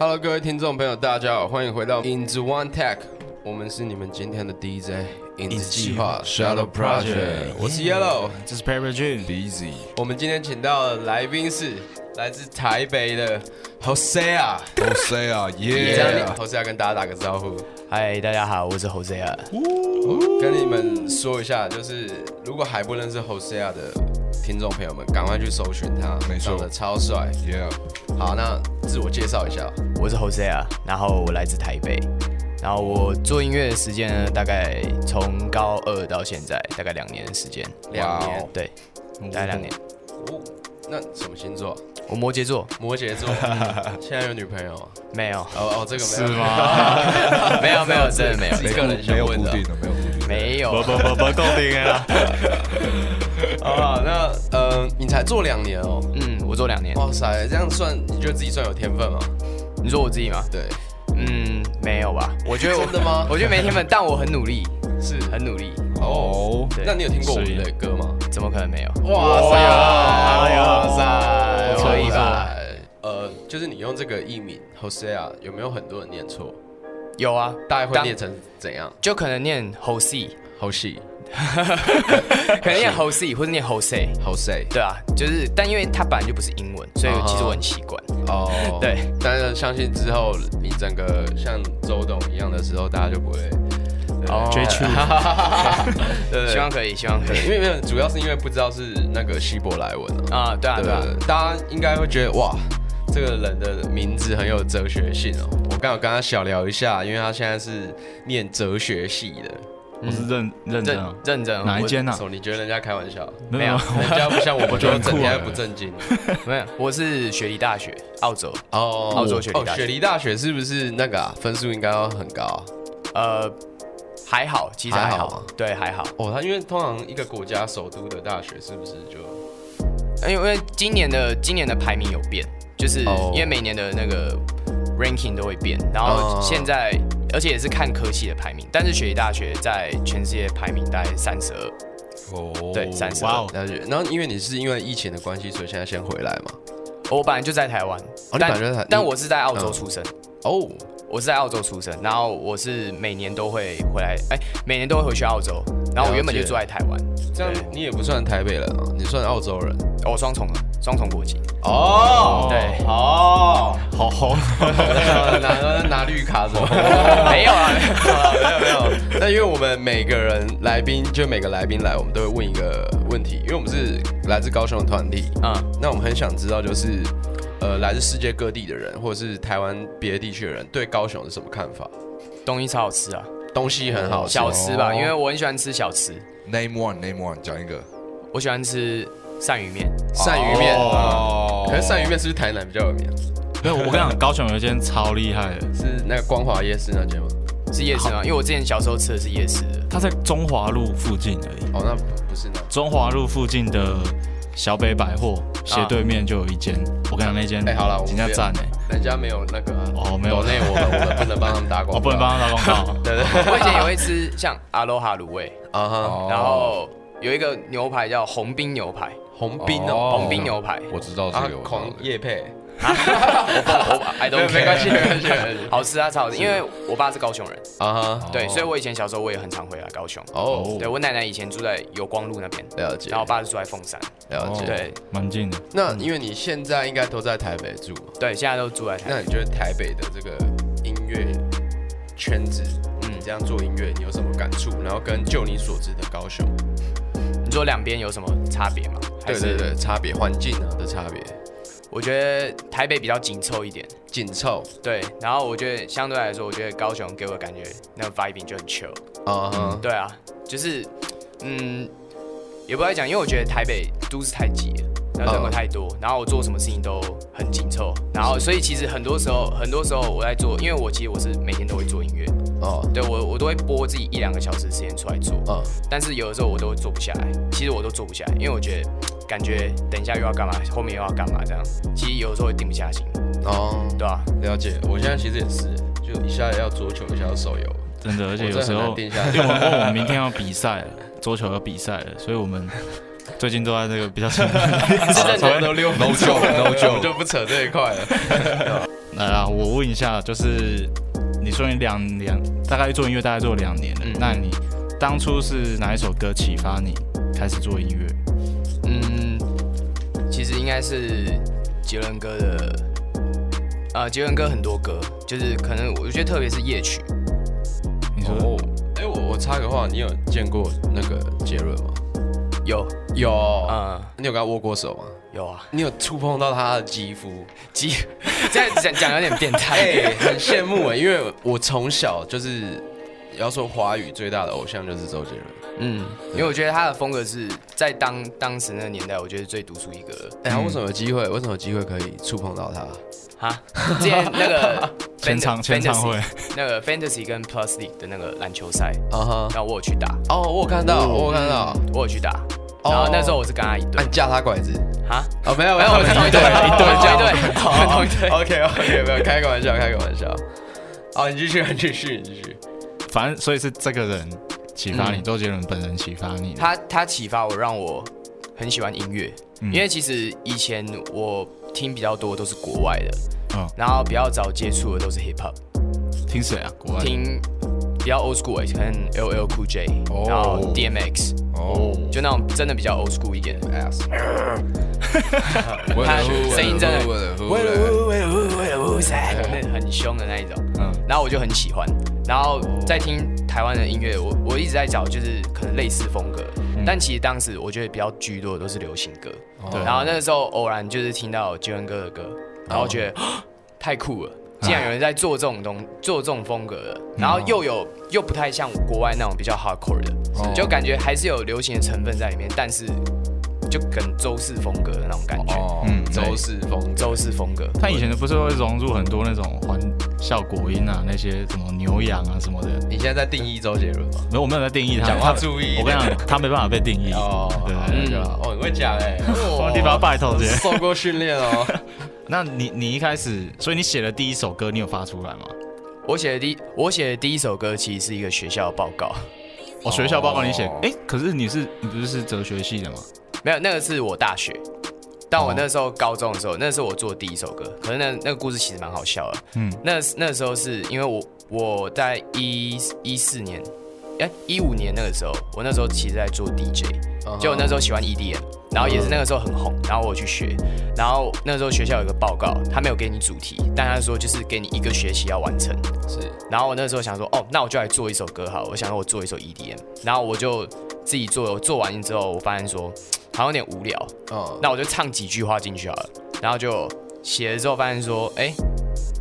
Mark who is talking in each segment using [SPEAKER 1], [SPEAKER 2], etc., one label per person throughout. [SPEAKER 1] Hello，各位听众朋友，大家好，欢迎回到影子 One Tech，我们是你们今天的 DJ 影子计划 Shadow Project，我是 Yellow，
[SPEAKER 2] 这是 Paper Jun，
[SPEAKER 3] Busy，
[SPEAKER 1] 我们今天请到的来宾是来自台北的 Hosea，
[SPEAKER 3] 都 say 啊，
[SPEAKER 1] 这样
[SPEAKER 3] 耶！
[SPEAKER 1] Hosea 跟大家打个招呼，
[SPEAKER 2] 嗨，大家好，我是 Jose 啊。
[SPEAKER 1] 跟你们说一下，就是如果还不认识 Hosea 的听众朋友们，赶快去搜寻他，
[SPEAKER 3] 没错
[SPEAKER 1] 长得超帅。
[SPEAKER 3] 耶，
[SPEAKER 1] 好，那自我介绍一下，
[SPEAKER 2] 我是 Jose 啊，然后我来自台北，然后我做音乐的时间呢，大概从高二到现在，大概两年的时间，
[SPEAKER 1] 两年
[SPEAKER 3] 哇哦
[SPEAKER 2] 对，大概两年。
[SPEAKER 1] 哦，那什么星座？
[SPEAKER 2] 我摩羯座
[SPEAKER 1] 摩羯 座，现在有女朋友吗？
[SPEAKER 2] 没 有，
[SPEAKER 1] 哦哦，这个没有
[SPEAKER 2] 是吗没有没有真的没有
[SPEAKER 1] 自
[SPEAKER 3] 没
[SPEAKER 1] 己个人
[SPEAKER 3] 有没
[SPEAKER 1] 想
[SPEAKER 3] 有
[SPEAKER 1] 问
[SPEAKER 3] 固
[SPEAKER 1] 的
[SPEAKER 3] 定。的，没有固定的，
[SPEAKER 2] 没有
[SPEAKER 4] 不，不不不，固定的
[SPEAKER 1] 啊
[SPEAKER 4] 啦。
[SPEAKER 1] 好啦，那呃，你才做两年哦，
[SPEAKER 2] 嗯，我做两年。
[SPEAKER 1] 哇塞，这样算你觉得自己算有天分吗？
[SPEAKER 2] 你说我自己吗？
[SPEAKER 1] 对，
[SPEAKER 2] 嗯，没有吧？我觉得我
[SPEAKER 1] 真的吗
[SPEAKER 2] 我觉得没天分，但我很努力，
[SPEAKER 1] 是
[SPEAKER 2] 很努力。
[SPEAKER 3] 哦，
[SPEAKER 2] 对
[SPEAKER 1] 那你有听过我们的歌吗？
[SPEAKER 2] 怎么可能没有？
[SPEAKER 1] 哇塞，
[SPEAKER 4] 哇哟
[SPEAKER 1] 哇塞，
[SPEAKER 2] 不错
[SPEAKER 1] 可以
[SPEAKER 2] 不错
[SPEAKER 1] 吧？呃，就是你用这个艺名 Hosea，有没有很多人念错？
[SPEAKER 2] 有啊，
[SPEAKER 1] 大概会
[SPEAKER 2] 当
[SPEAKER 1] 念成怎样
[SPEAKER 2] 就可能念 Jose，
[SPEAKER 1] ？Hose
[SPEAKER 2] 可能念 Jose 或者念 Jose。
[SPEAKER 1] Hose
[SPEAKER 2] 对啊，就是，但因为它本来就不是英文，所以其实我很习惯。
[SPEAKER 1] 哦，
[SPEAKER 2] 对。
[SPEAKER 1] 但是相信之后你整个像周董一样的时候，大家就不会嗯
[SPEAKER 2] 哦
[SPEAKER 4] 追求
[SPEAKER 1] 对
[SPEAKER 2] 希望可以，希望可以。
[SPEAKER 1] 因为没有，主要是因为不知道是那个希伯来文啊，
[SPEAKER 2] 啊，对啊，
[SPEAKER 1] 对
[SPEAKER 2] 对啊，
[SPEAKER 1] 大家应该会觉得哇，这个人的名字很有哲学性哦。我刚好跟他小聊一下，因为他现在是念哲学系的。
[SPEAKER 4] 我是认认真啊
[SPEAKER 2] 认，认真。
[SPEAKER 4] 哪一
[SPEAKER 2] 我
[SPEAKER 4] 间啊？
[SPEAKER 1] 手，你觉得人家开玩笑？
[SPEAKER 4] 没有
[SPEAKER 2] 没，
[SPEAKER 1] 人家不像我们，
[SPEAKER 4] 觉
[SPEAKER 1] 就
[SPEAKER 4] 得很酷
[SPEAKER 1] 整天
[SPEAKER 4] 欸
[SPEAKER 1] 不正经。
[SPEAKER 2] 没有，我是雪梨大学，澳洲。
[SPEAKER 1] 哦
[SPEAKER 2] 澳洲雪梨
[SPEAKER 1] 哦
[SPEAKER 2] 大学
[SPEAKER 1] 雪梨大学是不是那个啊？分数应该要很高啊？
[SPEAKER 2] 呃，还好，其实
[SPEAKER 1] 还
[SPEAKER 2] 还
[SPEAKER 1] 好
[SPEAKER 2] 好
[SPEAKER 1] 吗，
[SPEAKER 2] 对，还好。
[SPEAKER 1] 哦，他因为通常一个国家首都的大学是不是就
[SPEAKER 2] 因为因为今年的今年的排名有变，就是
[SPEAKER 1] 哦
[SPEAKER 2] 因为每年的那个 ranking 都会变，然
[SPEAKER 1] 哦
[SPEAKER 2] 后现在而且也是看科系的排名，但是雪梨大学在全世界排名大概三十二，
[SPEAKER 3] 哦，
[SPEAKER 2] 对三十
[SPEAKER 4] 哇
[SPEAKER 2] 二
[SPEAKER 4] 哦。
[SPEAKER 1] 大学？然后因为你是因为疫情的关系，所以现在先回来嘛？
[SPEAKER 2] 我本来就在台湾，
[SPEAKER 1] 哦你
[SPEAKER 2] 但
[SPEAKER 1] 本来就在台
[SPEAKER 2] 但
[SPEAKER 1] 你
[SPEAKER 2] 我是在澳洲
[SPEAKER 1] 嗯
[SPEAKER 2] 出生，
[SPEAKER 1] 哦，
[SPEAKER 2] 我是在澳洲出生，然后我是每年都会回来，哎，每年都会回去澳洲，然后我原本就住在台湾，
[SPEAKER 1] 这样
[SPEAKER 2] 对
[SPEAKER 1] 你也不算台北人啊，你算澳洲人
[SPEAKER 2] 我哦双重啊双重 国籍，
[SPEAKER 1] 哦
[SPEAKER 2] 对
[SPEAKER 1] 哦，
[SPEAKER 4] 好红，
[SPEAKER 1] 拿拿绿卡 什么？
[SPEAKER 2] 没有啊，
[SPEAKER 1] 没有没有。那因为我们每个人来宾，就每个来宾来，我们都会问一个问题，因为我们是来自高雄的团体，
[SPEAKER 2] 嗯，
[SPEAKER 1] 那我们很想知道就是。呃，来自世界各地的人，或者是台湾别的地区的人，对高雄是什么看法？
[SPEAKER 2] 东西超好吃啊，
[SPEAKER 1] 东西很好吃，
[SPEAKER 2] 小吃吧，
[SPEAKER 3] 哦
[SPEAKER 2] 因为我很喜欢吃小吃，
[SPEAKER 3] Name one，Name one，讲一个
[SPEAKER 2] 我喜欢吃鳝鱼面，
[SPEAKER 1] 鳝鱼面。啊
[SPEAKER 3] 哦
[SPEAKER 1] 可是鳝鱼面是不是台南比较有名啊？
[SPEAKER 4] 没有，我跟你讲，高雄有一间超厉害的，
[SPEAKER 1] 是那个光华夜市那间吗？
[SPEAKER 2] 是夜市吗？因为我之前小时候吃的是夜市的，
[SPEAKER 4] 它在中华路附近而已。
[SPEAKER 1] 哦，那不不是那。
[SPEAKER 4] 中华路附近的小北百货斜对面就有一间，我跟你讲那间，
[SPEAKER 1] 哎好了我们
[SPEAKER 4] 人家赞哎，
[SPEAKER 1] 人家没有那个啊，
[SPEAKER 4] 哦没有
[SPEAKER 1] 内我们我们不能帮他们打 广告，。
[SPEAKER 4] 我不能帮他打广告
[SPEAKER 1] 对对
[SPEAKER 2] 我以前也会吃像阿罗哈卤味，
[SPEAKER 1] 啊哈，
[SPEAKER 3] 哦
[SPEAKER 2] 然后有一个牛排叫红冰牛排，
[SPEAKER 1] 红冰哦，
[SPEAKER 3] 哦
[SPEAKER 2] 红冰牛排，
[SPEAKER 3] 我知道这
[SPEAKER 1] 啊
[SPEAKER 3] 个，我知道
[SPEAKER 1] 狂
[SPEAKER 3] 这个
[SPEAKER 1] 叶配，
[SPEAKER 2] 我我 I
[SPEAKER 1] 没
[SPEAKER 2] don't
[SPEAKER 1] 有
[SPEAKER 2] care，
[SPEAKER 1] 没关系没关系没关系
[SPEAKER 2] 好吃啊，超好吃。因为我爸是高雄人，
[SPEAKER 1] 啊哈，
[SPEAKER 2] 对，所以我以前小时候我也很常回来高雄。
[SPEAKER 1] 哦，
[SPEAKER 2] 对我奶奶以前住在有光路那边，
[SPEAKER 1] 了解
[SPEAKER 2] 然后我爸是住在凤山。
[SPEAKER 1] 了
[SPEAKER 4] 哦
[SPEAKER 1] 解。
[SPEAKER 2] 对
[SPEAKER 4] 蛮近的，
[SPEAKER 1] 那因为你现在应该都在台北住嘛，
[SPEAKER 2] 对，现在都住在台
[SPEAKER 1] 那
[SPEAKER 2] 北。
[SPEAKER 1] 你觉得台北的这个音乐圈子，嗯，这样做音乐你有什么感触？然后跟就你所知的高雄，
[SPEAKER 2] 你说两边有什么差别吗？还
[SPEAKER 1] 对
[SPEAKER 2] 是
[SPEAKER 1] 对对，差别环境啊的差别，
[SPEAKER 2] 我觉得台北比较紧凑一点，
[SPEAKER 1] 紧凑
[SPEAKER 2] 对。然后我觉得相对来说，我觉得高雄给我的感觉那个 vibing 就很 chill。
[SPEAKER 1] 啊哈，
[SPEAKER 2] 对啊，就是嗯，也不太讲，因为我觉得台北都市太挤了，然后人口
[SPEAKER 1] 嗯
[SPEAKER 2] 太多，然后我做什么事情都很紧凑，然后所以其实很多时候，很多时候我在做，因为我其实我是每天都会做音乐，
[SPEAKER 1] 哦，
[SPEAKER 2] 对我我都会播自己一两个小时的时间出来做，
[SPEAKER 1] 嗯，
[SPEAKER 2] 但是有的时候我都做不下来，其实我都做不下来，因为我觉得感觉等一下又要干嘛，后面又要干嘛这样，其实有的时候会定不下心，
[SPEAKER 1] 哦，
[SPEAKER 2] 对啊吧、
[SPEAKER 1] 了解，我现在其实也是，就一下要桌球，一下要手游，
[SPEAKER 4] 真的，而且
[SPEAKER 1] 我
[SPEAKER 4] 有时
[SPEAKER 1] 真的很难
[SPEAKER 4] 候，
[SPEAKER 1] 定下来
[SPEAKER 4] 因为我们因为我们明天要比赛了，桌球要比赛了，所以我们最近都在这个比较紧
[SPEAKER 2] 是认真
[SPEAKER 4] 才会
[SPEAKER 1] 都六
[SPEAKER 3] No joke，No
[SPEAKER 1] 我
[SPEAKER 3] joke，
[SPEAKER 1] 就不扯这一块了。
[SPEAKER 4] 来啊，我问一下，就是你说你两年大概做音乐，大概做两年了，
[SPEAKER 1] 嗯
[SPEAKER 4] 那你当初是哪一首歌启发你开始做音乐？
[SPEAKER 2] 嗯，其实应该是杰伦哥的，啊，杰伦哥很多歌，就是可能我觉得特别是夜曲，
[SPEAKER 4] 你说、
[SPEAKER 3] 哦，
[SPEAKER 1] 哎，我我插个话，你有见过那个杰伦吗？
[SPEAKER 2] 有，
[SPEAKER 1] 有，
[SPEAKER 2] 嗯，
[SPEAKER 1] 你有跟他握过手吗？
[SPEAKER 2] 有啊，
[SPEAKER 1] 你有触碰到他的肌肤？
[SPEAKER 2] 鸡，这样讲讲有点变 态，
[SPEAKER 1] 哎、很羡慕哎，因为我从小就是要说华语最大的偶像就是周杰伦。
[SPEAKER 2] 嗯，因为我觉得他的风格是在当当时那个年代，我觉得最独树一格的。
[SPEAKER 1] 哎、他为什么有机会？为什么有机会可以触碰到他？
[SPEAKER 2] 哈，之前那 个
[SPEAKER 4] 全场
[SPEAKER 2] Fanta-
[SPEAKER 4] 全场会
[SPEAKER 2] Fantasy- 那个 Fantasy 跟 Plus League 的那个篮球赛，
[SPEAKER 1] 啊哈！
[SPEAKER 2] 然后我有去打，
[SPEAKER 1] 哦，我有看到，我有看到。
[SPEAKER 2] 我有去打，
[SPEAKER 1] 哦
[SPEAKER 2] 然后那时候我是跟他一
[SPEAKER 1] 啊，
[SPEAKER 2] 队
[SPEAKER 1] 你，架他拐子？
[SPEAKER 2] 哈，
[SPEAKER 1] 哦，没有没
[SPEAKER 2] 没
[SPEAKER 1] 有，
[SPEAKER 2] 有，我们是同一队，
[SPEAKER 4] 一队
[SPEAKER 2] 我们同
[SPEAKER 1] 哦
[SPEAKER 2] 一队，我们同一队。
[SPEAKER 1] OK OK，没有开个玩笑，开个玩笑。哦，你继续，你继续，你继续。
[SPEAKER 4] 反正所以是这个人启发你，
[SPEAKER 2] 嗯
[SPEAKER 4] 周杰伦本人启发你。
[SPEAKER 2] 他他启发我，让我很喜欢音乐，
[SPEAKER 4] 嗯
[SPEAKER 2] 因为其实以前我听比较多都是国外的，
[SPEAKER 4] 嗯
[SPEAKER 2] 然后比较早接触的都是 hip hop，
[SPEAKER 4] 听谁啊？国外的
[SPEAKER 2] 听比较 old school，可能 LL Cool J，、
[SPEAKER 3] 哦
[SPEAKER 2] 然后 DMX，
[SPEAKER 3] 哦，
[SPEAKER 2] 就那种真的比较 old school 一点的。
[SPEAKER 3] 他
[SPEAKER 2] 他声音真的
[SPEAKER 3] 为了
[SPEAKER 2] 很凶的那一种，
[SPEAKER 4] 嗯
[SPEAKER 2] 然后我就很喜欢，然后在听台湾的音乐，我我一直在找就是可能类似风格，但其实当时我觉得比较居多的都是流行歌，
[SPEAKER 4] 对
[SPEAKER 2] 然后那个时候偶然就是听到杰伦哥的歌，然后觉得、 太酷了，竟然有人在做这种东做这种风格的，然后又有又不太像国外那种比较 hardcore 的，就感觉还是有流行的成分在里面，但是就跟周氏风格的那种感觉，
[SPEAKER 3] 哦，
[SPEAKER 4] 嗯，
[SPEAKER 1] 周氏风
[SPEAKER 2] 周氏风格。
[SPEAKER 4] 他以前不是会融入很多那种环效果音啊，那些什么牛羊啊什么的。
[SPEAKER 1] 你现在在定义周杰伦吗？
[SPEAKER 4] 没有，我没有在定义他。
[SPEAKER 1] 讲话
[SPEAKER 4] 他
[SPEAKER 1] 注意一
[SPEAKER 4] 我跟
[SPEAKER 1] 点
[SPEAKER 4] 你讲，他没办法被定义。
[SPEAKER 1] 哦，
[SPEAKER 4] 对
[SPEAKER 1] 好，
[SPEAKER 4] 对
[SPEAKER 1] 那
[SPEAKER 4] 对
[SPEAKER 1] 就好。哦，你会讲哎，
[SPEAKER 4] 我地方拜托姐。
[SPEAKER 1] 受过训练哦。
[SPEAKER 4] 那你你一开始，所以你写的第一首歌，你有发出来吗？
[SPEAKER 2] 我写的第一我写的第一首歌其实是一个学校的报告，
[SPEAKER 4] 哦，学校报告你写
[SPEAKER 3] 哦，
[SPEAKER 4] 哎，可是你是你不是是哲学系的吗？
[SPEAKER 2] 没有那个是我大学，但
[SPEAKER 4] 哦
[SPEAKER 2] 我那时候高中的时候，那是我做的第一首歌。可是那那个故事其实蛮好笑的。
[SPEAKER 4] 嗯
[SPEAKER 2] 嗯，那那时候是因为我我在一一四年，哎一五年那个时候，我那时候其实在做 DJ，就
[SPEAKER 4] 嗯
[SPEAKER 2] 我那时候喜欢 EDM，然后也是那个时候很红，然后我去学，然后那时候学校有个报告，他没有给你主题，但他说就是给你一个学期要完成。
[SPEAKER 1] 是
[SPEAKER 2] 然后我那时候想说，哦，那我就来做一首歌好了，我想说我做一首 EDM，然后我就自己做，我做完之后，我发现说好像有点无聊，
[SPEAKER 1] 哦，
[SPEAKER 2] 那我就唱几句话进去好了，然后就写了之后发现说，哎、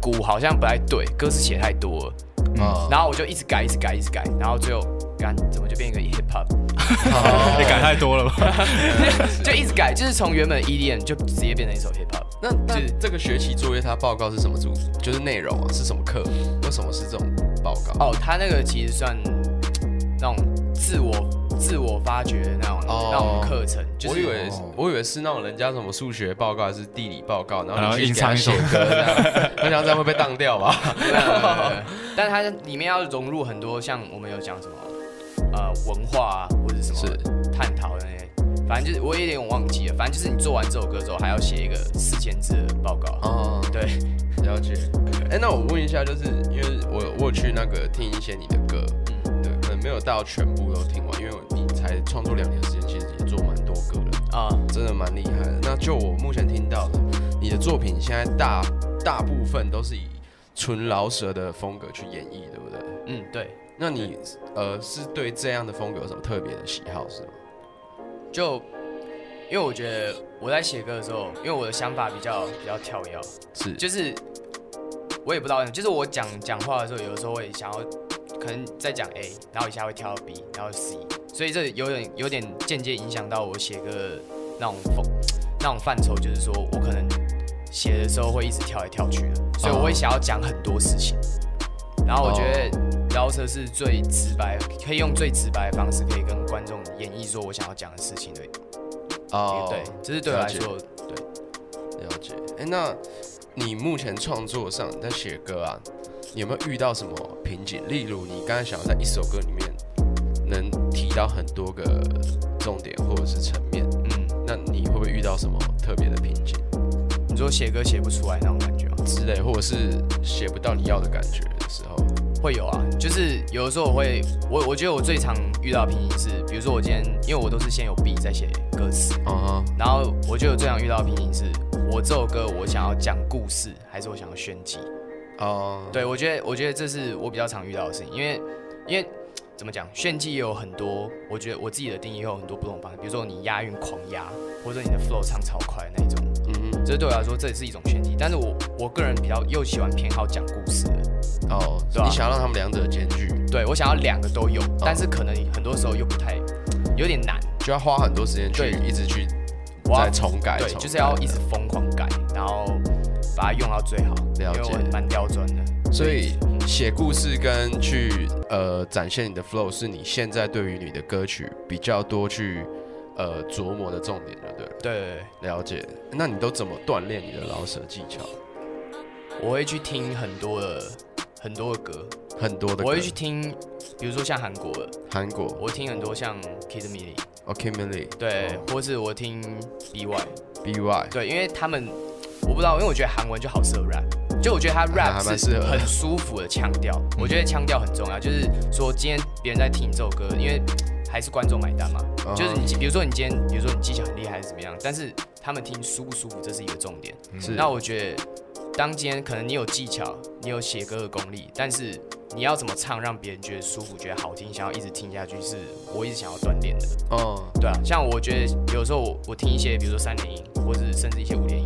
[SPEAKER 2] 鼓好像不太对，歌词写太多了，
[SPEAKER 1] 嗯
[SPEAKER 2] 然后我就一直改，一直改，一直改，然后最后干怎么就变一个 hip hop，
[SPEAKER 4] 你改太多了吧？
[SPEAKER 2] 就一直改，就是从原本 EDM 就直接变成一首 hip hop。
[SPEAKER 1] 那那这个学期作业他报告是什么主？就是内容啊，是什么课？为什么是这种报告？
[SPEAKER 2] 哦，他那个其实算那种自我自我发掘的那种、
[SPEAKER 1] 哦
[SPEAKER 2] 那种课程，就是
[SPEAKER 1] 我以为
[SPEAKER 3] 哦
[SPEAKER 1] 我以为是那种人家什么数学报告还是地理报告，然
[SPEAKER 4] 然
[SPEAKER 1] 后
[SPEAKER 4] 后
[SPEAKER 1] 你去
[SPEAKER 4] 硬
[SPEAKER 1] 给他
[SPEAKER 4] 唱一首
[SPEAKER 1] 写歌这样， 我想这样会被当掉吧？
[SPEAKER 2] 但它里面要融入很多像我们有讲什么呃文化啊，或者什么探讨的那些，反正就是我有点忘记了，反正就是你做完这首歌之后，还要写一个四千字的报告。
[SPEAKER 1] 哦，
[SPEAKER 2] 对，
[SPEAKER 1] 了解。哎、那我问一下，就是因为我我有去那个听一些你的歌，
[SPEAKER 2] 嗯
[SPEAKER 1] 对，可能没有到全部都听完，因为我你才创作两年的时间，其实也做蛮多歌了，
[SPEAKER 2] 啊、
[SPEAKER 1] 真的蛮厉害的。那就我目前听到的，你的作品现在大大部分都是以纯饶舌的风格去演绎，对不对？
[SPEAKER 2] 嗯，对，
[SPEAKER 1] 那你呃是对这样的风格有什么特别的喜好是吗？
[SPEAKER 2] 就因为我觉得我在写歌的时候，因为我的想法比较比较跳跃，
[SPEAKER 1] 是
[SPEAKER 2] 就是我也不知道，就是我讲讲话的时候，有的时候会想要，可能在讲 A，然后一下会跳到 B，然后 C，所以这有点有点间接影响到我写歌的那种风那种范畴，就是说我可能写的时候会一直跳来跳去的，所以我会想要讲很多事情。然后我觉得饶舌是最直白，可以用最直白的方式，可以跟观众演绎说我想要讲的事情的。
[SPEAKER 1] 哦
[SPEAKER 2] 对，这是对我来说，
[SPEAKER 1] 了解。哎、那你目前创作上你在写歌啊，你有没有遇到什么瓶颈？例如你刚才想要在一首歌里面能提到很多个重点或者是层面，
[SPEAKER 2] 嗯，
[SPEAKER 1] 那你会不会遇到什么特别的瓶颈？
[SPEAKER 2] 你说写歌写不出来那种感觉吗？
[SPEAKER 1] 之类，或者是写不到你要的感觉的时候，
[SPEAKER 2] 会有啊，就是有的时候我会，我我觉得我最常遇到的瓶颈是，比如说我今天，因为我都是先有 B 再写歌词，
[SPEAKER 1] 啊
[SPEAKER 2] 然后我觉得我最常遇到的瓶颈是，我这首歌我想要讲故事，还是我想要炫技？
[SPEAKER 1] 哈，哦，
[SPEAKER 2] 对我觉得，我觉得这是我比较常遇到的事情，因为因为怎么讲，炫技也有很多，我觉得我自己的定义也有很多不同的方式，比如说你押韵狂押，或者你的 flow 唱超快那一种，
[SPEAKER 1] 嗯，
[SPEAKER 2] 这对我来说这也是一种炫技，但是我我个人比较又喜欢偏好讲故事的。
[SPEAKER 1] 哦，
[SPEAKER 2] 对啊
[SPEAKER 1] 你想要让他们两者兼具，
[SPEAKER 2] 对我想要两个都有，
[SPEAKER 1] 哦
[SPEAKER 2] 但是可能很多时候又不太，有点难。
[SPEAKER 1] 就要花很多时间去
[SPEAKER 2] 对
[SPEAKER 1] 一直去
[SPEAKER 2] 我要
[SPEAKER 1] 再重改，
[SPEAKER 2] 对，
[SPEAKER 1] 重
[SPEAKER 2] 就是
[SPEAKER 1] 改
[SPEAKER 2] 要一直疯狂改，然后把它用到最好，因
[SPEAKER 1] 了
[SPEAKER 2] 为
[SPEAKER 1] 解
[SPEAKER 2] 我蛮刁钻的。
[SPEAKER 1] 所以写故事跟去呃展现你的 flow 是你现在对于你的歌曲比较多去呃琢磨的重点，就对了。
[SPEAKER 2] 对对
[SPEAKER 1] 了解。那你都怎么锻炼你的饶舌技巧？
[SPEAKER 2] 对，我会去听很多的很多的歌，
[SPEAKER 1] 很多的歌，
[SPEAKER 2] 我会去听，比如说像韩国的，
[SPEAKER 1] 韩国
[SPEAKER 2] 我听很多像 Kid m i l i
[SPEAKER 1] ，OK Milly，
[SPEAKER 2] 对，
[SPEAKER 1] 哦
[SPEAKER 2] 或是我听 BY，
[SPEAKER 1] ，BY，
[SPEAKER 2] 对，因为他们我不知道，因为我觉得韩文就好适合 rap，就我觉得他
[SPEAKER 1] 还
[SPEAKER 2] rap
[SPEAKER 1] 蛮适
[SPEAKER 2] 是
[SPEAKER 1] 合的
[SPEAKER 2] 很舒服的腔调，我觉得腔调很重要，就是说今天别人在听你这首歌，因为还是观众买单嘛，
[SPEAKER 1] 嗯
[SPEAKER 2] 就是你比如说你今天，比如说你技巧很厉害还是怎么样，但是他们听舒不舒服，这是一个重点。
[SPEAKER 1] 是
[SPEAKER 2] 嗯那我觉得，当今天可能你有技巧，你有写歌的功力，但是你要怎么唱让别人觉得舒服、觉得好听，想要一直听下去，是我一直想要锻炼的。
[SPEAKER 1] 哦，
[SPEAKER 2] 对啊，像我觉得有时候我我听一些，比如说三连音，或是甚至一些五连音，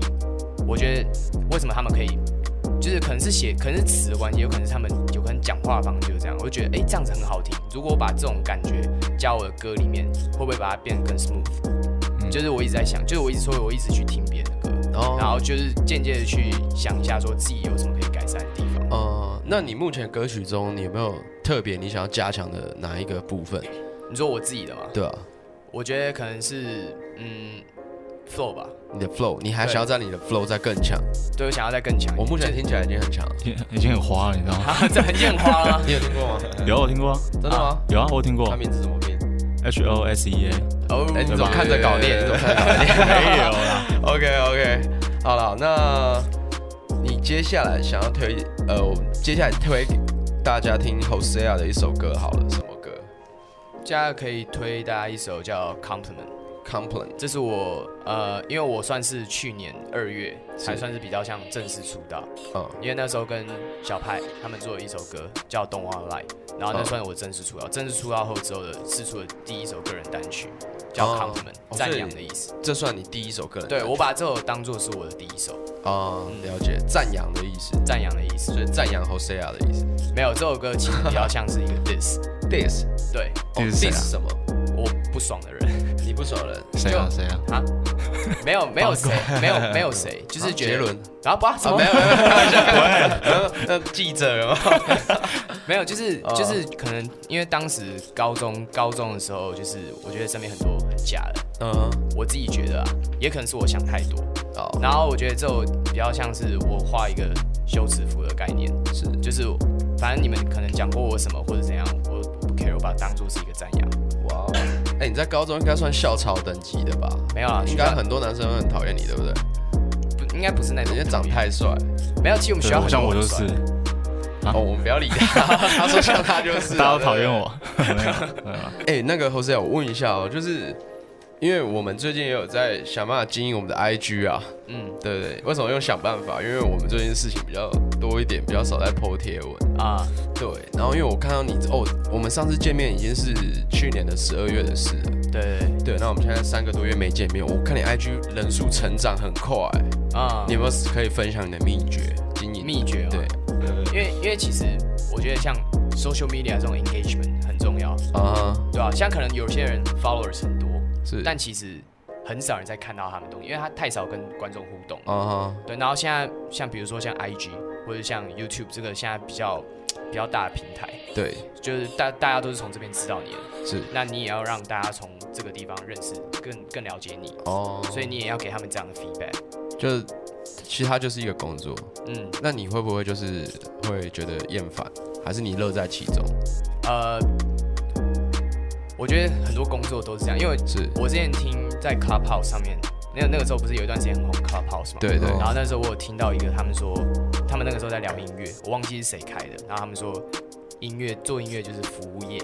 [SPEAKER 2] 我觉得为什么他们可以，就是可能是写，可能是词的关系，有可能是他们有可能讲话方式就是这样，我就觉得哎、诶这样子很好听。如果我把这种感觉加我的歌里面，会不会把它变得更 smooth？、
[SPEAKER 3] 嗯
[SPEAKER 2] 就是我一直在想，就是我一直说我一直去听别人的歌，
[SPEAKER 1] 然后
[SPEAKER 2] 然后就是间接的去想一下说自己有什么可以改善的地方。
[SPEAKER 1] 呃，那你目前歌曲中你有没有特别你想要加强的哪一个部分？
[SPEAKER 2] 你说我自己的嘛，
[SPEAKER 1] 对啊，
[SPEAKER 2] 我觉得可能是嗯 flow 吧，
[SPEAKER 1] 你的 flow，你还
[SPEAKER 2] 对
[SPEAKER 1] 想要在你的 flow 再更强？
[SPEAKER 2] 对我想要再更强一点。
[SPEAKER 1] 我目前
[SPEAKER 2] 就
[SPEAKER 1] 听起来已经很强了，
[SPEAKER 4] 已经很花了，你知道吗？
[SPEAKER 2] 啊，这很艳花 了吗？
[SPEAKER 1] 你有听过吗？
[SPEAKER 4] 有我听过啊，
[SPEAKER 1] 真的吗？
[SPEAKER 4] 有啊，我听过
[SPEAKER 1] 他名字怎么拼？
[SPEAKER 4] H O S E A，
[SPEAKER 2] 哦，
[SPEAKER 1] 哎，你怎么看着搞练？你怎么看着搞练？
[SPEAKER 4] 没有啦，
[SPEAKER 1] OK OK，好了，那你接下来想要推呃，我们接下来推给大家听 Hosea 的一首歌好了，什么歌
[SPEAKER 2] 接下来可以推大家一首叫《Compliment》，
[SPEAKER 1] ？Complain
[SPEAKER 2] 这是我呃，因为我算是去年二月才算是比较像正式出道，
[SPEAKER 1] 哦
[SPEAKER 2] 因为那时候跟小派他们做了一首歌叫《Don't Wanna Lie》，然后那
[SPEAKER 1] 嗯
[SPEAKER 2] 算是我正式出道，正式出道后之后的试出的第一首个人单曲叫
[SPEAKER 1] 哦
[SPEAKER 2] 《Compliment
[SPEAKER 1] 哦》，
[SPEAKER 2] 赞
[SPEAKER 1] 所以
[SPEAKER 2] 扬的意思。
[SPEAKER 1] 这算你第一首个人
[SPEAKER 2] 对我把这首当做是我的第一首
[SPEAKER 1] 啊、哦了解赞扬的意思，
[SPEAKER 2] 赞扬的意思，
[SPEAKER 1] 所以赞扬 Hosea 的意思。
[SPEAKER 2] 没有这首歌其实比较像是一个 diss，
[SPEAKER 1] This
[SPEAKER 2] 对
[SPEAKER 1] 哦
[SPEAKER 4] Diss 谁啊
[SPEAKER 1] This 什么？
[SPEAKER 2] 我不爽的人。
[SPEAKER 1] 你不熟人？
[SPEAKER 4] 谁啊谁啊？
[SPEAKER 2] 啊，没有没有谁，没 有没有谁，就是觉得
[SPEAKER 1] 杰伦
[SPEAKER 2] 啊不啊什
[SPEAKER 1] 啊，
[SPEAKER 2] 么
[SPEAKER 1] 没有没有没有嗯开玩笑，开玩笑那那记者 吗？
[SPEAKER 2] 没有，就是
[SPEAKER 1] 哦
[SPEAKER 2] 就是可能因为当时高中高中的时候，就是我觉得身边很多很假的，
[SPEAKER 1] 嗯，
[SPEAKER 2] 我自己觉得啊，也可能是我想太多，
[SPEAKER 1] 好，
[SPEAKER 2] 然后我觉得这种比较像是我画一个休止符的概念，
[SPEAKER 1] 是
[SPEAKER 2] 就是反正你们可能讲过我什么或者怎样，我我不 care，我把它当做是一个赞扬，
[SPEAKER 1] 哇哦，哎、你在高中应该算校草等级的吧？
[SPEAKER 2] 没有啊，
[SPEAKER 1] 应
[SPEAKER 2] 学
[SPEAKER 1] 该
[SPEAKER 2] 校
[SPEAKER 1] 很多男生会很讨厌你，对不哎对？
[SPEAKER 2] 不应该不是那种
[SPEAKER 1] 人家长
[SPEAKER 2] 讨厌
[SPEAKER 1] 太帅。
[SPEAKER 2] 没有，其实我们学
[SPEAKER 4] 对
[SPEAKER 2] 校很
[SPEAKER 4] 像
[SPEAKER 2] 多
[SPEAKER 4] 我就
[SPEAKER 2] 很帅
[SPEAKER 4] 是，啊
[SPEAKER 1] 哦，我们不要理 他。他说像他就是啊，
[SPEAKER 4] 大家都讨厌
[SPEAKER 1] 对
[SPEAKER 4] 我，没有，对啊
[SPEAKER 1] 不对。哎、那个 Jose，我问一下哦，就是因为我们最近也有在想办法经营我们的 IG 啊，
[SPEAKER 2] 嗯
[SPEAKER 1] 对不对？为什么用想办法？因为我们最近事情比较多一点，比较少在 PO 贴文。
[SPEAKER 2] 啊
[SPEAKER 1] 对，然后因为我看到你哦，我们上次见面已经是去年的十二月的事了。
[SPEAKER 2] 对对对
[SPEAKER 1] 对，那我们现在三个多月没见面，我看你 IG 人数成长很快，
[SPEAKER 2] 啊
[SPEAKER 1] 你有没有可以分享你的秘诀经营？
[SPEAKER 2] 秘诀、哦，
[SPEAKER 1] 对，
[SPEAKER 2] 因为因为其实我觉得像 social media 这种 engagement 很重要，
[SPEAKER 1] 啊、
[SPEAKER 2] 对吧、像可能有些人 followers 很多，
[SPEAKER 1] 是，
[SPEAKER 2] 但其实很少人在看到他们东西，因为他太少跟观众互动。
[SPEAKER 1] 啊哈、
[SPEAKER 2] 对，然后现在像比如说像 IG 或者像 YouTube 这个现在比较比较大的平台，
[SPEAKER 1] 对，
[SPEAKER 2] 就是大大家都是从这边知道你的，
[SPEAKER 1] 是，
[SPEAKER 2] 那你也要让大家从这个地方认识更更了解你，
[SPEAKER 1] 哦，
[SPEAKER 2] 所以你也要给他们这样的 feedback。
[SPEAKER 1] 就是其实它就是一个工作，
[SPEAKER 2] 嗯，
[SPEAKER 1] 那你会不会就是会觉得厌烦，还是你乐在其中？
[SPEAKER 2] 呃，我觉得很多工作都是这样，因为
[SPEAKER 1] 是，
[SPEAKER 2] 我之前听在 Clubhouse 上面，那那个时候不是有一段时间很红 Clubhouse 吗？。
[SPEAKER 1] 对对，
[SPEAKER 2] 然后那时候我有听到一个他们说，他们那个时候在聊音乐，我忘记是谁开的，然后他们说音乐做音乐就是服务业，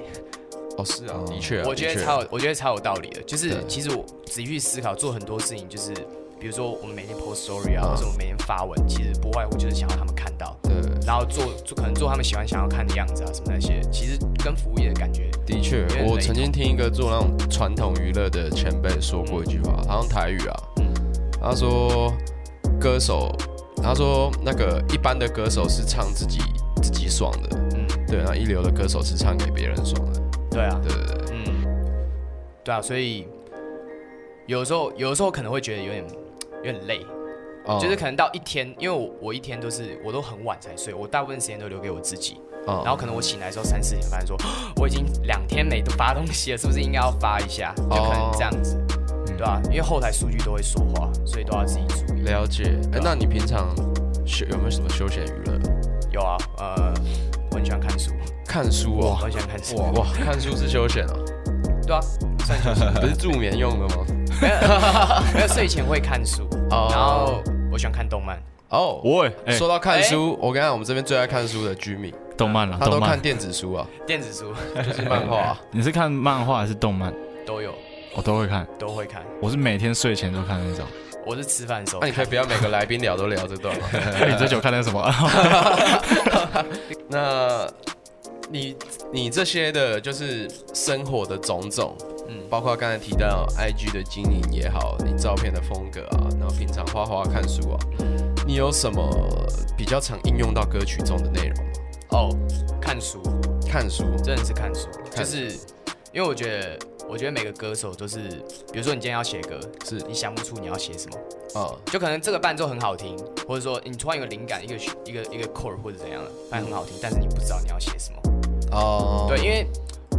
[SPEAKER 1] 哦，是啊，
[SPEAKER 3] 哦
[SPEAKER 1] 的确啊，
[SPEAKER 2] 我觉
[SPEAKER 1] 的
[SPEAKER 2] 得
[SPEAKER 1] 确
[SPEAKER 2] 超有，我觉得超有道理的。就是
[SPEAKER 1] 对啊
[SPEAKER 2] 其实我仔细去思考，做很多事情，就是比如说我们每天 post story 啊，
[SPEAKER 1] 嗯
[SPEAKER 2] 或者我们每天发文，其实不外乎就是想要他们看到，
[SPEAKER 1] 对，
[SPEAKER 2] 然后做做可能做他们喜欢想要看的样子啊什么那些，其实跟服务业的感觉
[SPEAKER 1] 的确
[SPEAKER 2] 有，点
[SPEAKER 1] 我
[SPEAKER 2] 雷
[SPEAKER 1] 曾经听一个做那种传统娱乐的前辈说过一句话，好像台语啊，他说歌手，他说那个一般的歌手是唱自己自己爽的，
[SPEAKER 2] 嗯，
[SPEAKER 1] 对，然后一流的歌手是唱给别人爽的，
[SPEAKER 2] 对啊，
[SPEAKER 1] 对对对，
[SPEAKER 2] 嗯，对啊，所以有时候有时候可能会觉得有点有点累，
[SPEAKER 1] 哦
[SPEAKER 2] 就是可能到一天，因为我我一天都是我都很晚才睡，我大部分时间都留给我自己，
[SPEAKER 1] 哦
[SPEAKER 2] 然后可能我醒来之后三四点，发现说 我已经两天没发东西了，是不是应该要发一下？就可能这样子，
[SPEAKER 1] 哦
[SPEAKER 2] 对吧、因为后台数据都会说话，所以都要自己注意。
[SPEAKER 1] 了解，哎
[SPEAKER 2] 对啊，
[SPEAKER 1] 那你平常休有没有什么休闲娱乐？
[SPEAKER 2] 有啊，呃，我很喜欢看书，
[SPEAKER 1] 看书
[SPEAKER 2] 我
[SPEAKER 1] 哦，
[SPEAKER 2] 很喜欢看书，
[SPEAKER 1] 哇，看书是休 闲哦，
[SPEAKER 2] 对啊，算是
[SPEAKER 1] 不是助眠用的吗？
[SPEAKER 2] 没有睡前会看书，
[SPEAKER 1] 哦
[SPEAKER 2] 然后我喜欢看动漫，
[SPEAKER 1] 哦，
[SPEAKER 4] 喂，哎，
[SPEAKER 1] 说到看书，我跟你讲，我们这边最爱看书的 Jimmy，
[SPEAKER 4] 动漫了，
[SPEAKER 1] 他都
[SPEAKER 4] 动
[SPEAKER 1] 看
[SPEAKER 4] 漫。
[SPEAKER 1] 电子书啊，
[SPEAKER 2] 电子书
[SPEAKER 1] 就是漫画 啊。
[SPEAKER 4] 你是看漫画还是动漫？
[SPEAKER 2] 都有
[SPEAKER 4] 我都会看，
[SPEAKER 2] 都会看，
[SPEAKER 4] 我是每天睡前都看那种。
[SPEAKER 2] 我是吃饭的时候
[SPEAKER 1] 那
[SPEAKER 2] 看。
[SPEAKER 1] 你可以不要每个来宾聊都聊这段 吗？
[SPEAKER 4] 哎你这久看那什么？
[SPEAKER 1] 那你你这些的就是生活的种种，嗯
[SPEAKER 2] 嗯，
[SPEAKER 1] 包括刚才提到 IG 的经营也好，你照片的风格啊，然后平常画画、看书啊，你有什么比较常应用到歌曲中的内容吗？
[SPEAKER 2] 哦，看书，
[SPEAKER 1] 看书，
[SPEAKER 2] 真的是看书，
[SPEAKER 1] 看
[SPEAKER 2] 就
[SPEAKER 1] 书
[SPEAKER 2] 是因为我觉得，我觉得每个歌手都是，比如说你今天要写歌，
[SPEAKER 1] 是
[SPEAKER 2] 你想不出你要写什么，
[SPEAKER 1] 啊，
[SPEAKER 2] 就可能这个伴奏很好听，或者说你突然有个灵感，一个一个一个 chord 或者怎样的，反正很好听，但是你不知道你要写什么。
[SPEAKER 1] 嗯哦，
[SPEAKER 2] 对，因为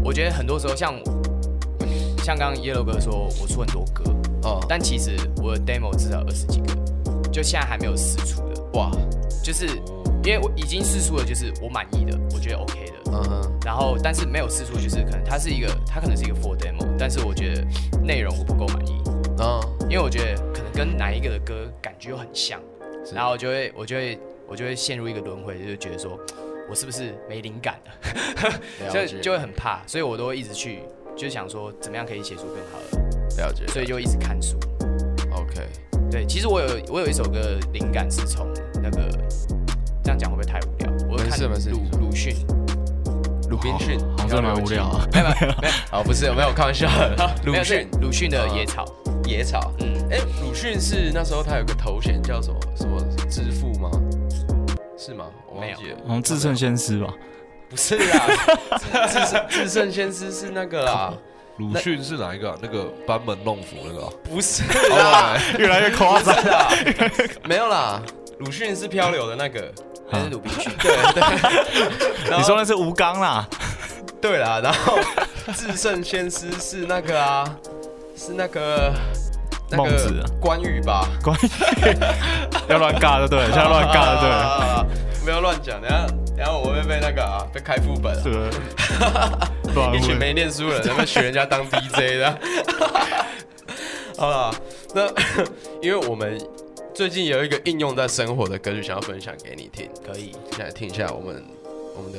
[SPEAKER 2] 我觉得很多时候像像刚刚 yellow 哥说，我出很多歌，
[SPEAKER 1] 哦，
[SPEAKER 2] 但其实我的 demo 至少二十几个，就现在还没有试出的，
[SPEAKER 1] 哇，
[SPEAKER 2] 就是
[SPEAKER 1] 哦
[SPEAKER 2] 因为我已经试出了，就是我满意的，我觉得 OK 的，
[SPEAKER 1] 嗯哼，
[SPEAKER 2] 然后但是没有试出，就是可能它是一个，它可能是一个 full demo，但是我觉得内容我不够满意，
[SPEAKER 1] 哦，
[SPEAKER 2] 因为我觉得可能跟哪一个的歌感觉又很像，
[SPEAKER 1] 是
[SPEAKER 2] 然后我就会我就会我就会陷入一个轮回，就是觉得说我是不是没灵感了，
[SPEAKER 1] 了
[SPEAKER 2] 就
[SPEAKER 1] 解，
[SPEAKER 2] 就会很怕，所以我都会一直去就想说怎么样可以写出更好的，
[SPEAKER 1] 了解，
[SPEAKER 2] 所以就一直看书。
[SPEAKER 1] OK，
[SPEAKER 2] 对，其实我有我有一首歌灵感是从那个，这样讲会不会太无聊？我有
[SPEAKER 1] 没事没事
[SPEAKER 2] 看
[SPEAKER 1] 你
[SPEAKER 2] 鲁
[SPEAKER 1] 说
[SPEAKER 2] 鲁迅，
[SPEAKER 1] 鲁滨逊，
[SPEAKER 4] 好像真的蛮无聊啊。
[SPEAKER 2] 没有没有没有
[SPEAKER 1] 好，不是，没有开玩笑的，鲁
[SPEAKER 2] 没有
[SPEAKER 1] 迅啊
[SPEAKER 2] 是，鲁迅的《野草》
[SPEAKER 1] 野草。
[SPEAKER 2] 嗯，
[SPEAKER 1] 哎，鲁迅是那时候他有个头衔叫什么什么之父吗？是吗？我忘记了。
[SPEAKER 4] 嗯，至圣先师吧，
[SPEAKER 1] 不是啦，至圣至圣先师是那个啦，
[SPEAKER 3] 鲁迅是哪一个啊？那个班门弄斧那个啊？
[SPEAKER 1] 不是啦，
[SPEAKER 4] 越来越夸张。
[SPEAKER 1] 是啦，没有啦，鲁迅是漂流的那个。
[SPEAKER 2] 还是鲁滨逊。
[SPEAKER 1] 对对，然
[SPEAKER 4] 你
[SPEAKER 1] 后
[SPEAKER 4] 说那是吴刚啦，
[SPEAKER 1] 对啦，然后至圣先师是那个啊，是那个那
[SPEAKER 4] 孟子
[SPEAKER 1] 个
[SPEAKER 4] 啊
[SPEAKER 1] 关羽吧？
[SPEAKER 4] 关于要乱尬就对了，现在乱尬就对了。
[SPEAKER 1] 啊，不要乱讲，等下等下我会被那个啊，被开副本啊。
[SPEAKER 4] 对，不然
[SPEAKER 1] 一群
[SPEAKER 4] 啊会
[SPEAKER 1] 没念书的人，他们学人家当 DJ 的。 好了，那 因为我们最近有一个应用在生活的歌曲，想要分享给你听，
[SPEAKER 2] 可以，
[SPEAKER 1] 现在听一下我们我们的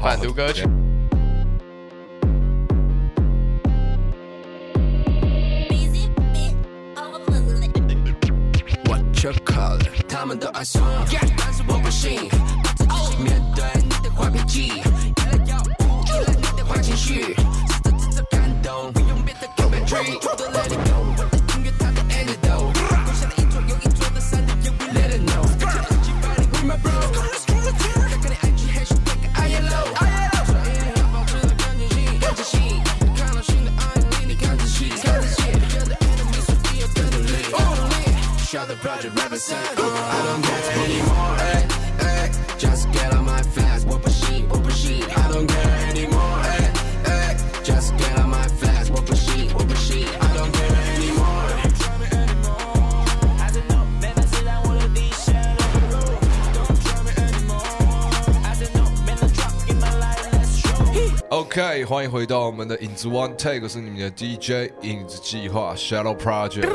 [SPEAKER 1] 反毒歌曲。
[SPEAKER 5] busy bit of a little
[SPEAKER 6] What you call it？他们都爱说，但是我不信。面对你的坏脾气，依赖药物，依赖你的坏情绪，试着制造感动，不用别的 c o p y t r e e 都 let it go。我的音乐它的 antidote，攻下了一座又一座的山顶，You will let it know。一起 party with my bro，要跟你 IG 还是那个 ILO。转眼要保持的更自信，更自信。看到新的案例，你看仔细，看仔细，真的不能迷失，你要更努力，更努力。Shout the project Robinson. I don't care anymore. Hey, hey, just get on my flash. 我不信，我不信。I don't care anymore. Hey, hey, just get on my flash. 我不信，我不信。I don't care anymore.
[SPEAKER 3] ，OK，欢迎回到我们的影子 One Take，我是你们的 DJ 影子计划 Shadow Project。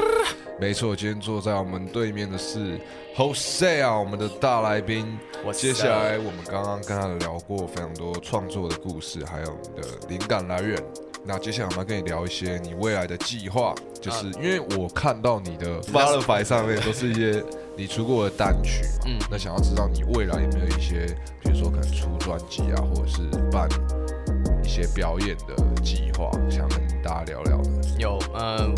[SPEAKER 3] 没错，今天坐在我们对面的是 Jose 啊，我们的大来宾。
[SPEAKER 2] What's
[SPEAKER 3] 接下来我们刚刚跟他聊过非常多创作的故事，还有你的灵感来源。那接下来我们要跟你聊一些你未来的计划，就是因为我看到你的 f o l l o w 上面都是一些你出过的单曲嘛，
[SPEAKER 2] 嗯
[SPEAKER 3] 那想要知道你未来有没有一些，比如说可能出专辑啊，或者是办一些表演的计划，想跟大家聊聊的。
[SPEAKER 2] 有，嗯，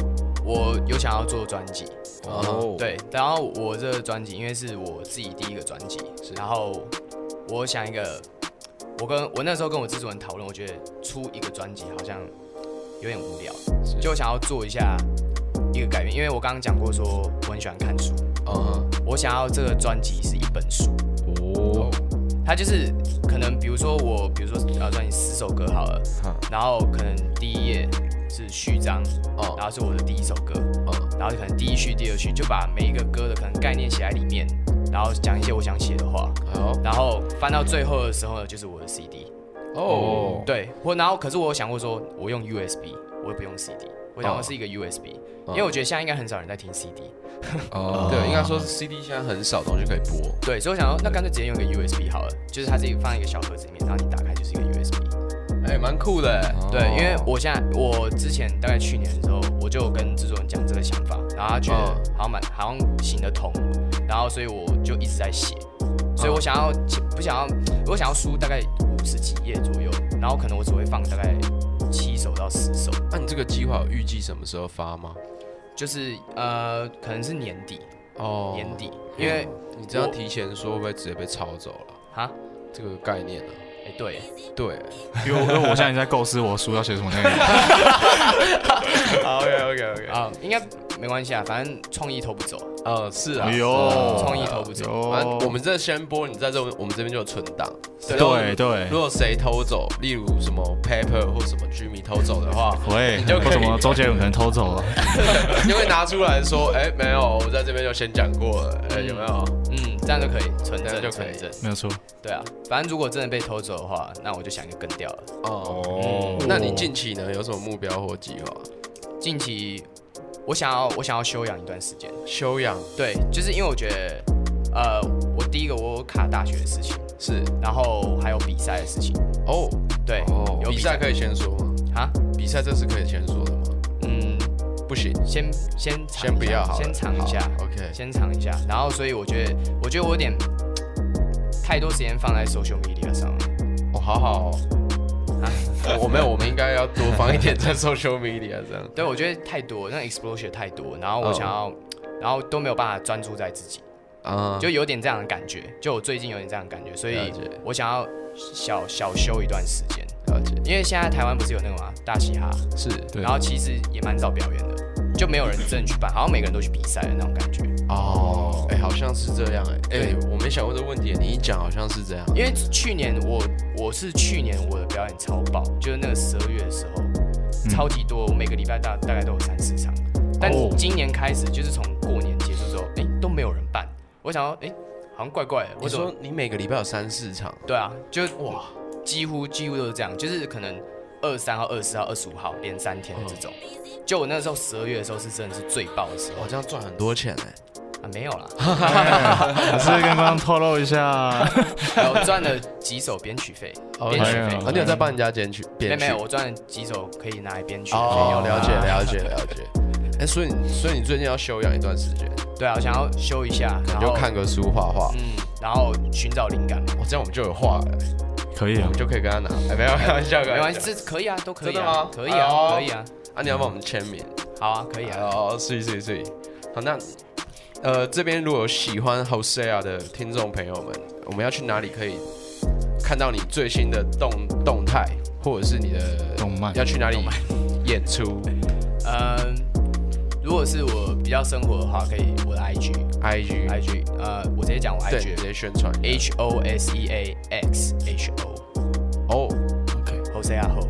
[SPEAKER 2] 我有想要做专辑，
[SPEAKER 1] 哦
[SPEAKER 3] 哦
[SPEAKER 2] 对，然后我这个专辑因为是我自己第一个专辑，然后我想一个，我跟我那时候跟我制作人讨论，我觉得出一个专辑好像有点无聊，就想要做一下一个改变，因为我刚刚讲过说我很喜欢看书，
[SPEAKER 1] 嗯
[SPEAKER 2] 我想要这个专辑是一本书，
[SPEAKER 3] 哦，
[SPEAKER 2] 它就是可能比如说我比如说呃专辑十首歌好了，
[SPEAKER 3] 哈
[SPEAKER 2] 然后可能第一页是序章，
[SPEAKER 1] 哦
[SPEAKER 2] 然后是我的第一首歌，
[SPEAKER 1] 嗯
[SPEAKER 2] 然后可能第一序、第二序就把每一个歌的可能概念写在里面，然后讲一些我想写的话，
[SPEAKER 1] 好
[SPEAKER 2] 然后翻到最后的时候呢，就是我的 CD，
[SPEAKER 1] 哦，
[SPEAKER 2] 对，或然后可是我有想过说，我用 USB，我不用 CD，我想
[SPEAKER 1] 哦嗯
[SPEAKER 2] 的是一个 USB，、因为我觉得现在应该很少人在听 CD，
[SPEAKER 3] 哦
[SPEAKER 1] 对，应该说是 CD 现在很少东西可以播。
[SPEAKER 2] 对，所以我想说，那干脆直接用一个 USB 好了，就是它是一个放在一个小盒子里面，然后你打开就是一个 USB。
[SPEAKER 1] 哎，蛮酷的欸。
[SPEAKER 2] 对，因为我现在我之前大概去年的时候，我就有跟制作人讲这个想法，然后他觉得好像蛮好像行得通，然后所以我就一直在写，所以我想要不想要我想要书大概五十几页左右，然后可能我只会放大概七首到十首，
[SPEAKER 1] 那你这个计划有预计什么时候发吗？
[SPEAKER 2] 就是呃可能是年底
[SPEAKER 1] 哦嗯
[SPEAKER 2] 年底，因为
[SPEAKER 1] 你这样
[SPEAKER 2] 我
[SPEAKER 1] 提前说，会不会直接被抄走了？
[SPEAKER 2] 哈
[SPEAKER 1] 这个概念呢？
[SPEAKER 2] 哎对
[SPEAKER 1] 对，
[SPEAKER 4] 因为我因为我现在在构思我的书要写什么内容。
[SPEAKER 1] OK OK OK，
[SPEAKER 2] 啊、应该没关系啊，反正创意偷不走，
[SPEAKER 1] 呃，是啊，
[SPEAKER 4] 哎
[SPEAKER 1] 是
[SPEAKER 4] 呦
[SPEAKER 1] 啊
[SPEAKER 2] 创意偷不走，
[SPEAKER 1] 反正
[SPEAKER 4] 哦，
[SPEAKER 1] 我们这先播，你在这我们这边就有存档。
[SPEAKER 4] 对对
[SPEAKER 1] 如，果谁偷走，例如什么 Paper 或什么 Jimmy 偷走的 话，
[SPEAKER 4] 喂
[SPEAKER 1] 你就，可
[SPEAKER 4] 为
[SPEAKER 1] 以
[SPEAKER 4] 什么周杰伦可能偷走了？
[SPEAKER 1] 你就会拿出来说，哎，没有，我在这边就先讲过了，哎，有没有？
[SPEAKER 2] 嗯，这样就可以纯
[SPEAKER 1] 这样就
[SPEAKER 2] 正
[SPEAKER 1] 可以
[SPEAKER 2] 纯正，
[SPEAKER 4] 没有错，
[SPEAKER 2] 对啊，反正如果真的被偷走的话，那我就想一个更掉了。
[SPEAKER 1] 哦，
[SPEAKER 3] 哦
[SPEAKER 1] 那你近期呢有什么目标或计划？
[SPEAKER 2] 近期我想要我想要休养一段时间，
[SPEAKER 1] 修养
[SPEAKER 2] 对，就是因为我觉得，呃，我第一个我有卡大学的事情，
[SPEAKER 1] 是
[SPEAKER 2] 然后还有比赛的事情，
[SPEAKER 1] 哦，
[SPEAKER 2] 对，
[SPEAKER 1] 哦，
[SPEAKER 2] 有
[SPEAKER 1] 比赛可以先说吗？
[SPEAKER 2] 啊，
[SPEAKER 1] 比赛这是可以先说的吗？
[SPEAKER 2] 嗯，
[SPEAKER 1] 不行，
[SPEAKER 2] 先先尝一下
[SPEAKER 1] 先不要好了
[SPEAKER 2] 先尝一下
[SPEAKER 1] 好，OK
[SPEAKER 2] 先尝一下，然后所以我觉得我觉得我有点太多时间放在 social media 上了，
[SPEAKER 1] 哦，好好哦
[SPEAKER 2] 啊，
[SPEAKER 1] 我我没有，我们应该要多放一点在 social media 这样。
[SPEAKER 2] 对我觉得太多，那 exposure 太多，然后我
[SPEAKER 1] 嗯
[SPEAKER 2] 想要，然后都没有办法专注在自己。
[SPEAKER 1] 啊，
[SPEAKER 2] 就有点这样的感觉，就我最近有点这样的感觉，所
[SPEAKER 1] 了
[SPEAKER 2] 以
[SPEAKER 1] 解
[SPEAKER 2] 我想要小小休一段时间，
[SPEAKER 1] 了解，
[SPEAKER 2] 因为现在台湾不是有那个嘛大嘻哈，
[SPEAKER 1] 是
[SPEAKER 4] 对
[SPEAKER 2] 然后其实也蛮早表演的，就没有人真的去办，好像每个人都去比赛的那种感觉，
[SPEAKER 1] 哦，哎，好像是这样哎，哎
[SPEAKER 2] 对，
[SPEAKER 1] 我没想过这个问题，你一讲好像是这样。
[SPEAKER 2] 因为去年我我是去年我的表演超爆，就是那个十二月的时候，
[SPEAKER 1] 嗯
[SPEAKER 2] 超级多，我每个礼拜大大概都有三四场，但
[SPEAKER 4] 哦
[SPEAKER 2] 今年开始就是从过年结束之后，哎、都没有人办，我想要哎、好像怪怪的，
[SPEAKER 1] 我
[SPEAKER 2] 我怎么
[SPEAKER 1] 说你每个礼拜有三四场，
[SPEAKER 2] 对啊，就哇，几乎几乎都是这样，就是可能二三号、二四号、二十五号连三天的这种。
[SPEAKER 1] 嗯
[SPEAKER 2] 就我那时候十二月的时候是真的是最爆的时候
[SPEAKER 1] 哦我这样赚很多钱哎。
[SPEAKER 2] 啊，没 有啦，
[SPEAKER 4] 还是跟观众透露一下，
[SPEAKER 2] 哎我赚了几首编曲费，编曲
[SPEAKER 4] 哎
[SPEAKER 2] 费
[SPEAKER 4] 呀
[SPEAKER 1] 啊，你有在帮人家剪曲？
[SPEAKER 2] 哦
[SPEAKER 1] 编
[SPEAKER 2] 没有
[SPEAKER 1] 曲
[SPEAKER 2] 没有，我赚了几首可以拿来编曲费
[SPEAKER 1] 哦
[SPEAKER 2] 用，
[SPEAKER 1] 了解
[SPEAKER 2] 啊
[SPEAKER 1] 了解了解。哎，所以你所以你最近要休养一段时间，
[SPEAKER 2] 对啊，我想要修一下，
[SPEAKER 1] 你
[SPEAKER 2] 然
[SPEAKER 1] 就
[SPEAKER 2] 后
[SPEAKER 1] 看个书画画，
[SPEAKER 2] 嗯，然后寻找灵感嘛，
[SPEAKER 1] 哦，这样我们就有画了，
[SPEAKER 4] 可以
[SPEAKER 1] 我
[SPEAKER 4] 啊
[SPEAKER 1] 们，就可以跟他拿。哎，没有开玩笑，
[SPEAKER 2] 没关系，
[SPEAKER 1] 系。
[SPEAKER 2] 这可以啊，都可以
[SPEAKER 1] 真的
[SPEAKER 2] 啊
[SPEAKER 1] 吗，
[SPEAKER 2] 可以
[SPEAKER 1] 哎呦
[SPEAKER 2] 啊，可以啊，
[SPEAKER 1] 啊，你要帮我们签名。
[SPEAKER 2] 好啊，可以啊，
[SPEAKER 1] 哦，是是是，好，那呃，这边如果有喜欢 Jose 啊的听众朋友们，我们要去哪里可以看到你最新的动动态，或者是你的
[SPEAKER 4] 动漫
[SPEAKER 1] 要去哪里演 出
[SPEAKER 2] 嗯，如果是我比较生活的话，可以我的 IG
[SPEAKER 1] ？IG
[SPEAKER 2] IG，呃，我直接讲我
[SPEAKER 1] 对，直
[SPEAKER 2] IG
[SPEAKER 1] 接宣传
[SPEAKER 2] H O S E A X H O
[SPEAKER 1] 哦
[SPEAKER 2] Jose a h o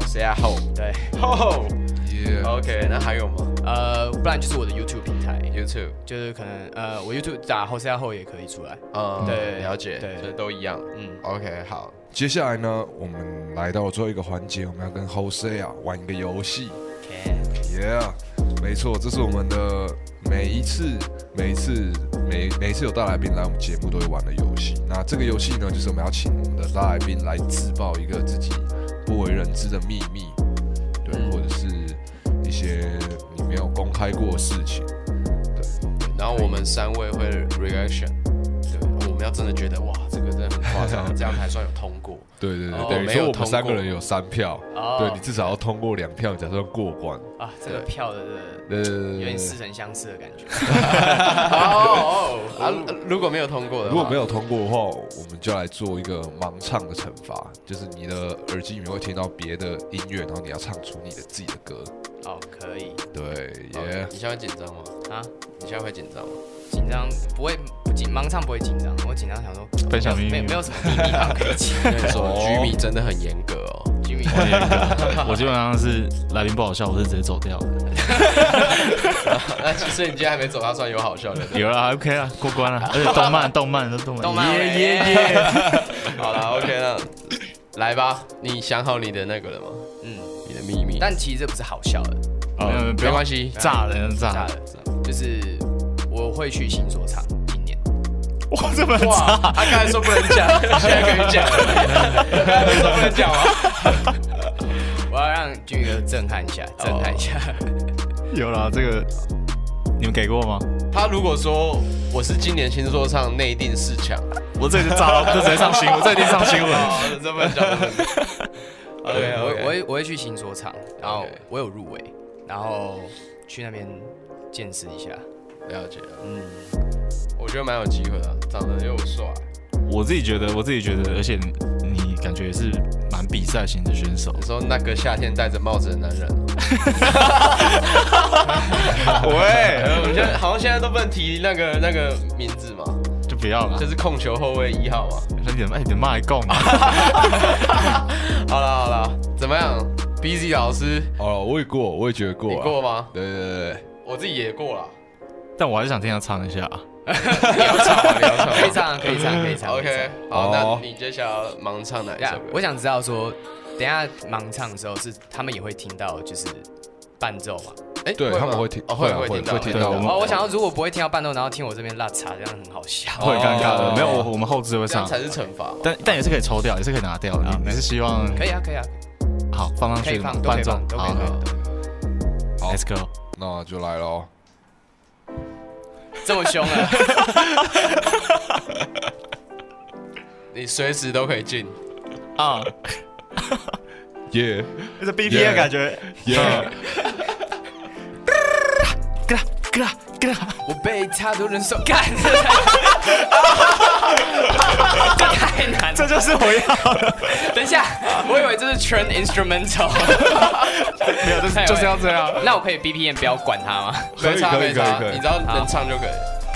[SPEAKER 1] ，Jose 啊吼
[SPEAKER 2] 对，
[SPEAKER 1] 吼
[SPEAKER 3] 耶
[SPEAKER 1] ，OK，那还有吗
[SPEAKER 2] 呃，不然就是我的 YouTube 平台，
[SPEAKER 1] ？YouTube，
[SPEAKER 2] 就是可能呃，我 YouTube 打 Jose a h o 也可以出来。
[SPEAKER 1] 嗯，
[SPEAKER 2] 对
[SPEAKER 1] 了解，
[SPEAKER 2] 对
[SPEAKER 1] 这都一样。
[SPEAKER 2] 嗯，
[SPEAKER 1] OK，好，
[SPEAKER 3] 接下来呢，我们来到了最后一个环节，我们要跟 Jose 啊玩一个游戏。
[SPEAKER 2] OK，
[SPEAKER 3] Yeah，没错，这是我们的每一次、每一次、每每一次有大来宾来我们节目都会玩的游戏。那这个游戏呢，就是我们要请我们的大来宾来自爆一个自己不为人知的秘密，对，
[SPEAKER 1] 嗯
[SPEAKER 3] 或者是一些你没有公开过的事情。
[SPEAKER 1] 然后我们三位会 reaction，对，我们要真的觉得哇，这个真的很夸 张，这样才算有通过。
[SPEAKER 3] 对对对，
[SPEAKER 1] 哦
[SPEAKER 3] 等于
[SPEAKER 1] 没
[SPEAKER 3] 说
[SPEAKER 1] 有
[SPEAKER 3] 我
[SPEAKER 1] 通
[SPEAKER 3] 们三个
[SPEAKER 1] 过
[SPEAKER 3] 人有三票，
[SPEAKER 2] 哦
[SPEAKER 3] 对你至少要通过两票，你才算过关。
[SPEAKER 2] 啊，这个
[SPEAKER 1] 对
[SPEAKER 2] 票的这个
[SPEAKER 3] 呃，
[SPEAKER 2] 有点似曾相识的 感觉。
[SPEAKER 1] 哦哦，啊，
[SPEAKER 4] 嗯
[SPEAKER 1] 如果没有通过
[SPEAKER 4] 呃
[SPEAKER 1] 的，
[SPEAKER 3] 如果没，有通过的话，我们就来做一个盲唱的惩罚，就是你的耳机里面会听到别的音乐，然后你要唱出你的自己的歌。
[SPEAKER 2] 哦，可以
[SPEAKER 3] 对，耶、
[SPEAKER 1] 哦你现在会紧张吗？
[SPEAKER 2] 啊，
[SPEAKER 1] 你现在会紧张吗？
[SPEAKER 2] 紧张不会不紧，盲唱不会紧张，我紧张想说
[SPEAKER 4] 分享秘密
[SPEAKER 2] 没有没有什么秘密吧可以讲。
[SPEAKER 1] 跟你 说，居民真的很严格哦。
[SPEAKER 2] Jimmy，
[SPEAKER 4] 我基本上是来宾不好笑，我是直接走 掉的。
[SPEAKER 1] 那其实你今天还没走，他算有好笑的。
[SPEAKER 4] 有啦，OK 啦，过关了。而且动漫，动漫都动漫，
[SPEAKER 2] 动漫
[SPEAKER 4] 耶
[SPEAKER 2] 耶耶耶，
[SPEAKER 1] 好了，OK 了，来吧，你想好你的那个了吗？
[SPEAKER 2] 嗯，
[SPEAKER 1] 你的秘密？
[SPEAKER 2] 但其实这不是好笑的，
[SPEAKER 4] 没有没有不
[SPEAKER 1] 没
[SPEAKER 4] 要
[SPEAKER 1] 关系，
[SPEAKER 4] 炸人
[SPEAKER 2] 炸
[SPEAKER 4] 炸人，
[SPEAKER 2] 的，就是我会去新说唱，今年
[SPEAKER 4] 哇，这么
[SPEAKER 1] 哇
[SPEAKER 4] 炸！，
[SPEAKER 1] 他刚才说不能讲，现在可以讲了。刚才说不能讲啊。
[SPEAKER 2] 我要让俊哥震撼一下，震撼一下。
[SPEAKER 4] 有啦，这个你们给过吗？
[SPEAKER 1] 他如果说我是今年新说唱内定四强，
[SPEAKER 4] 我这就炸 到，就直接上新闻，这一定上新闻。
[SPEAKER 1] 哦，这么讲不能讲。
[SPEAKER 2] 对，我我
[SPEAKER 1] OK，
[SPEAKER 2] 会我会去新说唱，然后
[SPEAKER 1] OK 我
[SPEAKER 2] 我有入围，然后去那边见识一下。
[SPEAKER 1] 我 了解了，
[SPEAKER 2] 嗯，
[SPEAKER 1] 我觉得蛮有机会的，啊长得又帅。
[SPEAKER 4] 我自己觉得，我自己觉得，而且你你感觉也是蛮比赛型的选手
[SPEAKER 1] 你。说那个夏天戴着帽子的男人，
[SPEAKER 4] 喂，
[SPEAKER 1] 我们现在好像现在都不能提那个那个名字嘛，
[SPEAKER 4] 就不要了
[SPEAKER 1] 就。是控球后卫一号啊嘛。
[SPEAKER 4] 那你哎，你骂一共
[SPEAKER 1] 好了好了，怎么样？BZ 老师，
[SPEAKER 3] 好了，我也过，我也觉得过啊
[SPEAKER 1] 你
[SPEAKER 3] 了。
[SPEAKER 1] 过吗？
[SPEAKER 3] 对？对对对对，
[SPEAKER 1] 我自己也过 了。
[SPEAKER 4] 但我还是想听他唱一下啊。
[SPEAKER 2] 可以唱，可以唱，可以唱。可以
[SPEAKER 1] OK，
[SPEAKER 2] 唱
[SPEAKER 1] 好，
[SPEAKER 3] 好
[SPEAKER 1] 那你接下来要盲唱哪一首
[SPEAKER 2] 呀
[SPEAKER 1] 歌？
[SPEAKER 2] 我想知道说，等一下盲唱的时候是他们也会听到，就是伴奏嘛。
[SPEAKER 1] 哎，
[SPEAKER 3] 对
[SPEAKER 1] 吗
[SPEAKER 3] 他们会听
[SPEAKER 1] 哦
[SPEAKER 3] 会
[SPEAKER 1] 会
[SPEAKER 3] 啊
[SPEAKER 1] 会
[SPEAKER 3] 会
[SPEAKER 1] 听到，
[SPEAKER 3] 会听到
[SPEAKER 4] 我们
[SPEAKER 2] 哦，我想要如果不会听到伴奏，然后听我这边辣茶，这样很好笑。
[SPEAKER 4] 会尴尬
[SPEAKER 1] 哦
[SPEAKER 4] 的，没有我我们后置会
[SPEAKER 1] 这样才
[SPEAKER 4] 上，
[SPEAKER 1] 是惩罚嘛。
[SPEAKER 4] 但但也是可以抽掉，也是可以拿掉
[SPEAKER 2] 啊
[SPEAKER 4] 的。你你是希望
[SPEAKER 2] 可以啊，可以啊，
[SPEAKER 4] 好放上
[SPEAKER 2] 可以
[SPEAKER 4] 去
[SPEAKER 2] 放，都可
[SPEAKER 4] 伴
[SPEAKER 2] 以
[SPEAKER 4] 奏
[SPEAKER 2] 放，，都可以
[SPEAKER 4] 好
[SPEAKER 2] 放。都可以
[SPEAKER 3] 好
[SPEAKER 4] ，Let's go。
[SPEAKER 3] 那就来喽。
[SPEAKER 2] 这么凶啊！
[SPEAKER 1] 你随时都可以进。
[SPEAKER 4] 啊，
[SPEAKER 3] 耶
[SPEAKER 4] 这 B
[SPEAKER 3] BT 的感
[SPEAKER 4] 觉，
[SPEAKER 3] 耶，
[SPEAKER 4] 咯啦咯啦咯啦，
[SPEAKER 2] 我被太多人说干， 这太难。
[SPEAKER 4] 这就是我要 的，
[SPEAKER 2] 等一下，我以为这是全 instrumental，没有，这
[SPEAKER 4] 就是要这样。
[SPEAKER 2] 那我可以 BPM 不要管它吗？
[SPEAKER 3] 可以
[SPEAKER 1] 没差
[SPEAKER 3] 可以
[SPEAKER 1] 没差
[SPEAKER 3] 可以可以
[SPEAKER 1] 你只要能唱就可以。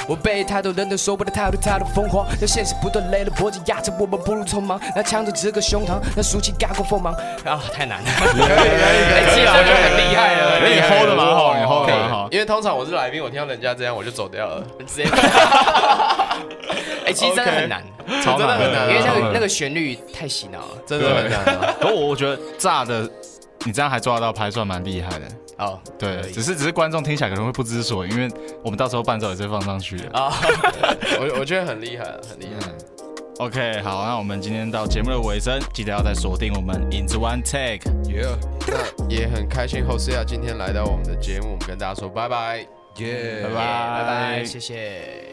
[SPEAKER 2] 我被太多人都说我的态度太多疯狂，那现实不断累了脖子压着我们不如匆忙，那强着这个胸膛，那俗气盖过锋芒。啊，太难了。哎其实这就很厉害啊了，
[SPEAKER 4] 可以 hold 的蛮哎好，你 hold 的蛮好。
[SPEAKER 1] 因为通常我是来宾，我听到人家这样我就走掉了。
[SPEAKER 2] 直接。哎，其实真的很难，
[SPEAKER 4] 超
[SPEAKER 1] 真的
[SPEAKER 4] 难
[SPEAKER 1] 很难啊
[SPEAKER 2] 因为那
[SPEAKER 4] 超
[SPEAKER 2] 个
[SPEAKER 4] 难
[SPEAKER 2] 那个旋律太洗脑了。
[SPEAKER 1] 真的很难啊。
[SPEAKER 4] 可我我觉得炸的，你这样还抓得到拍，算蛮厉害的。
[SPEAKER 2] 哦，
[SPEAKER 4] 对
[SPEAKER 2] 可，以
[SPEAKER 4] 只是只是观众听起来可能会不知所以，因为我们到时候伴奏也是放上去的。嗯
[SPEAKER 2] 啊，
[SPEAKER 1] 我我觉得很厉害，很厉
[SPEAKER 3] 嗯
[SPEAKER 1] 害。
[SPEAKER 4] OK，好，那我们今天到节目的尾声，记得要再锁定我们影子 One Take。
[SPEAKER 3] 耶
[SPEAKER 1] 那也很开心 h o s e a 今天来到我们的节目，我们跟大家说拜拜。
[SPEAKER 3] 耶，
[SPEAKER 4] 拜
[SPEAKER 2] 拜
[SPEAKER 4] 拜
[SPEAKER 2] 拜，谢谢。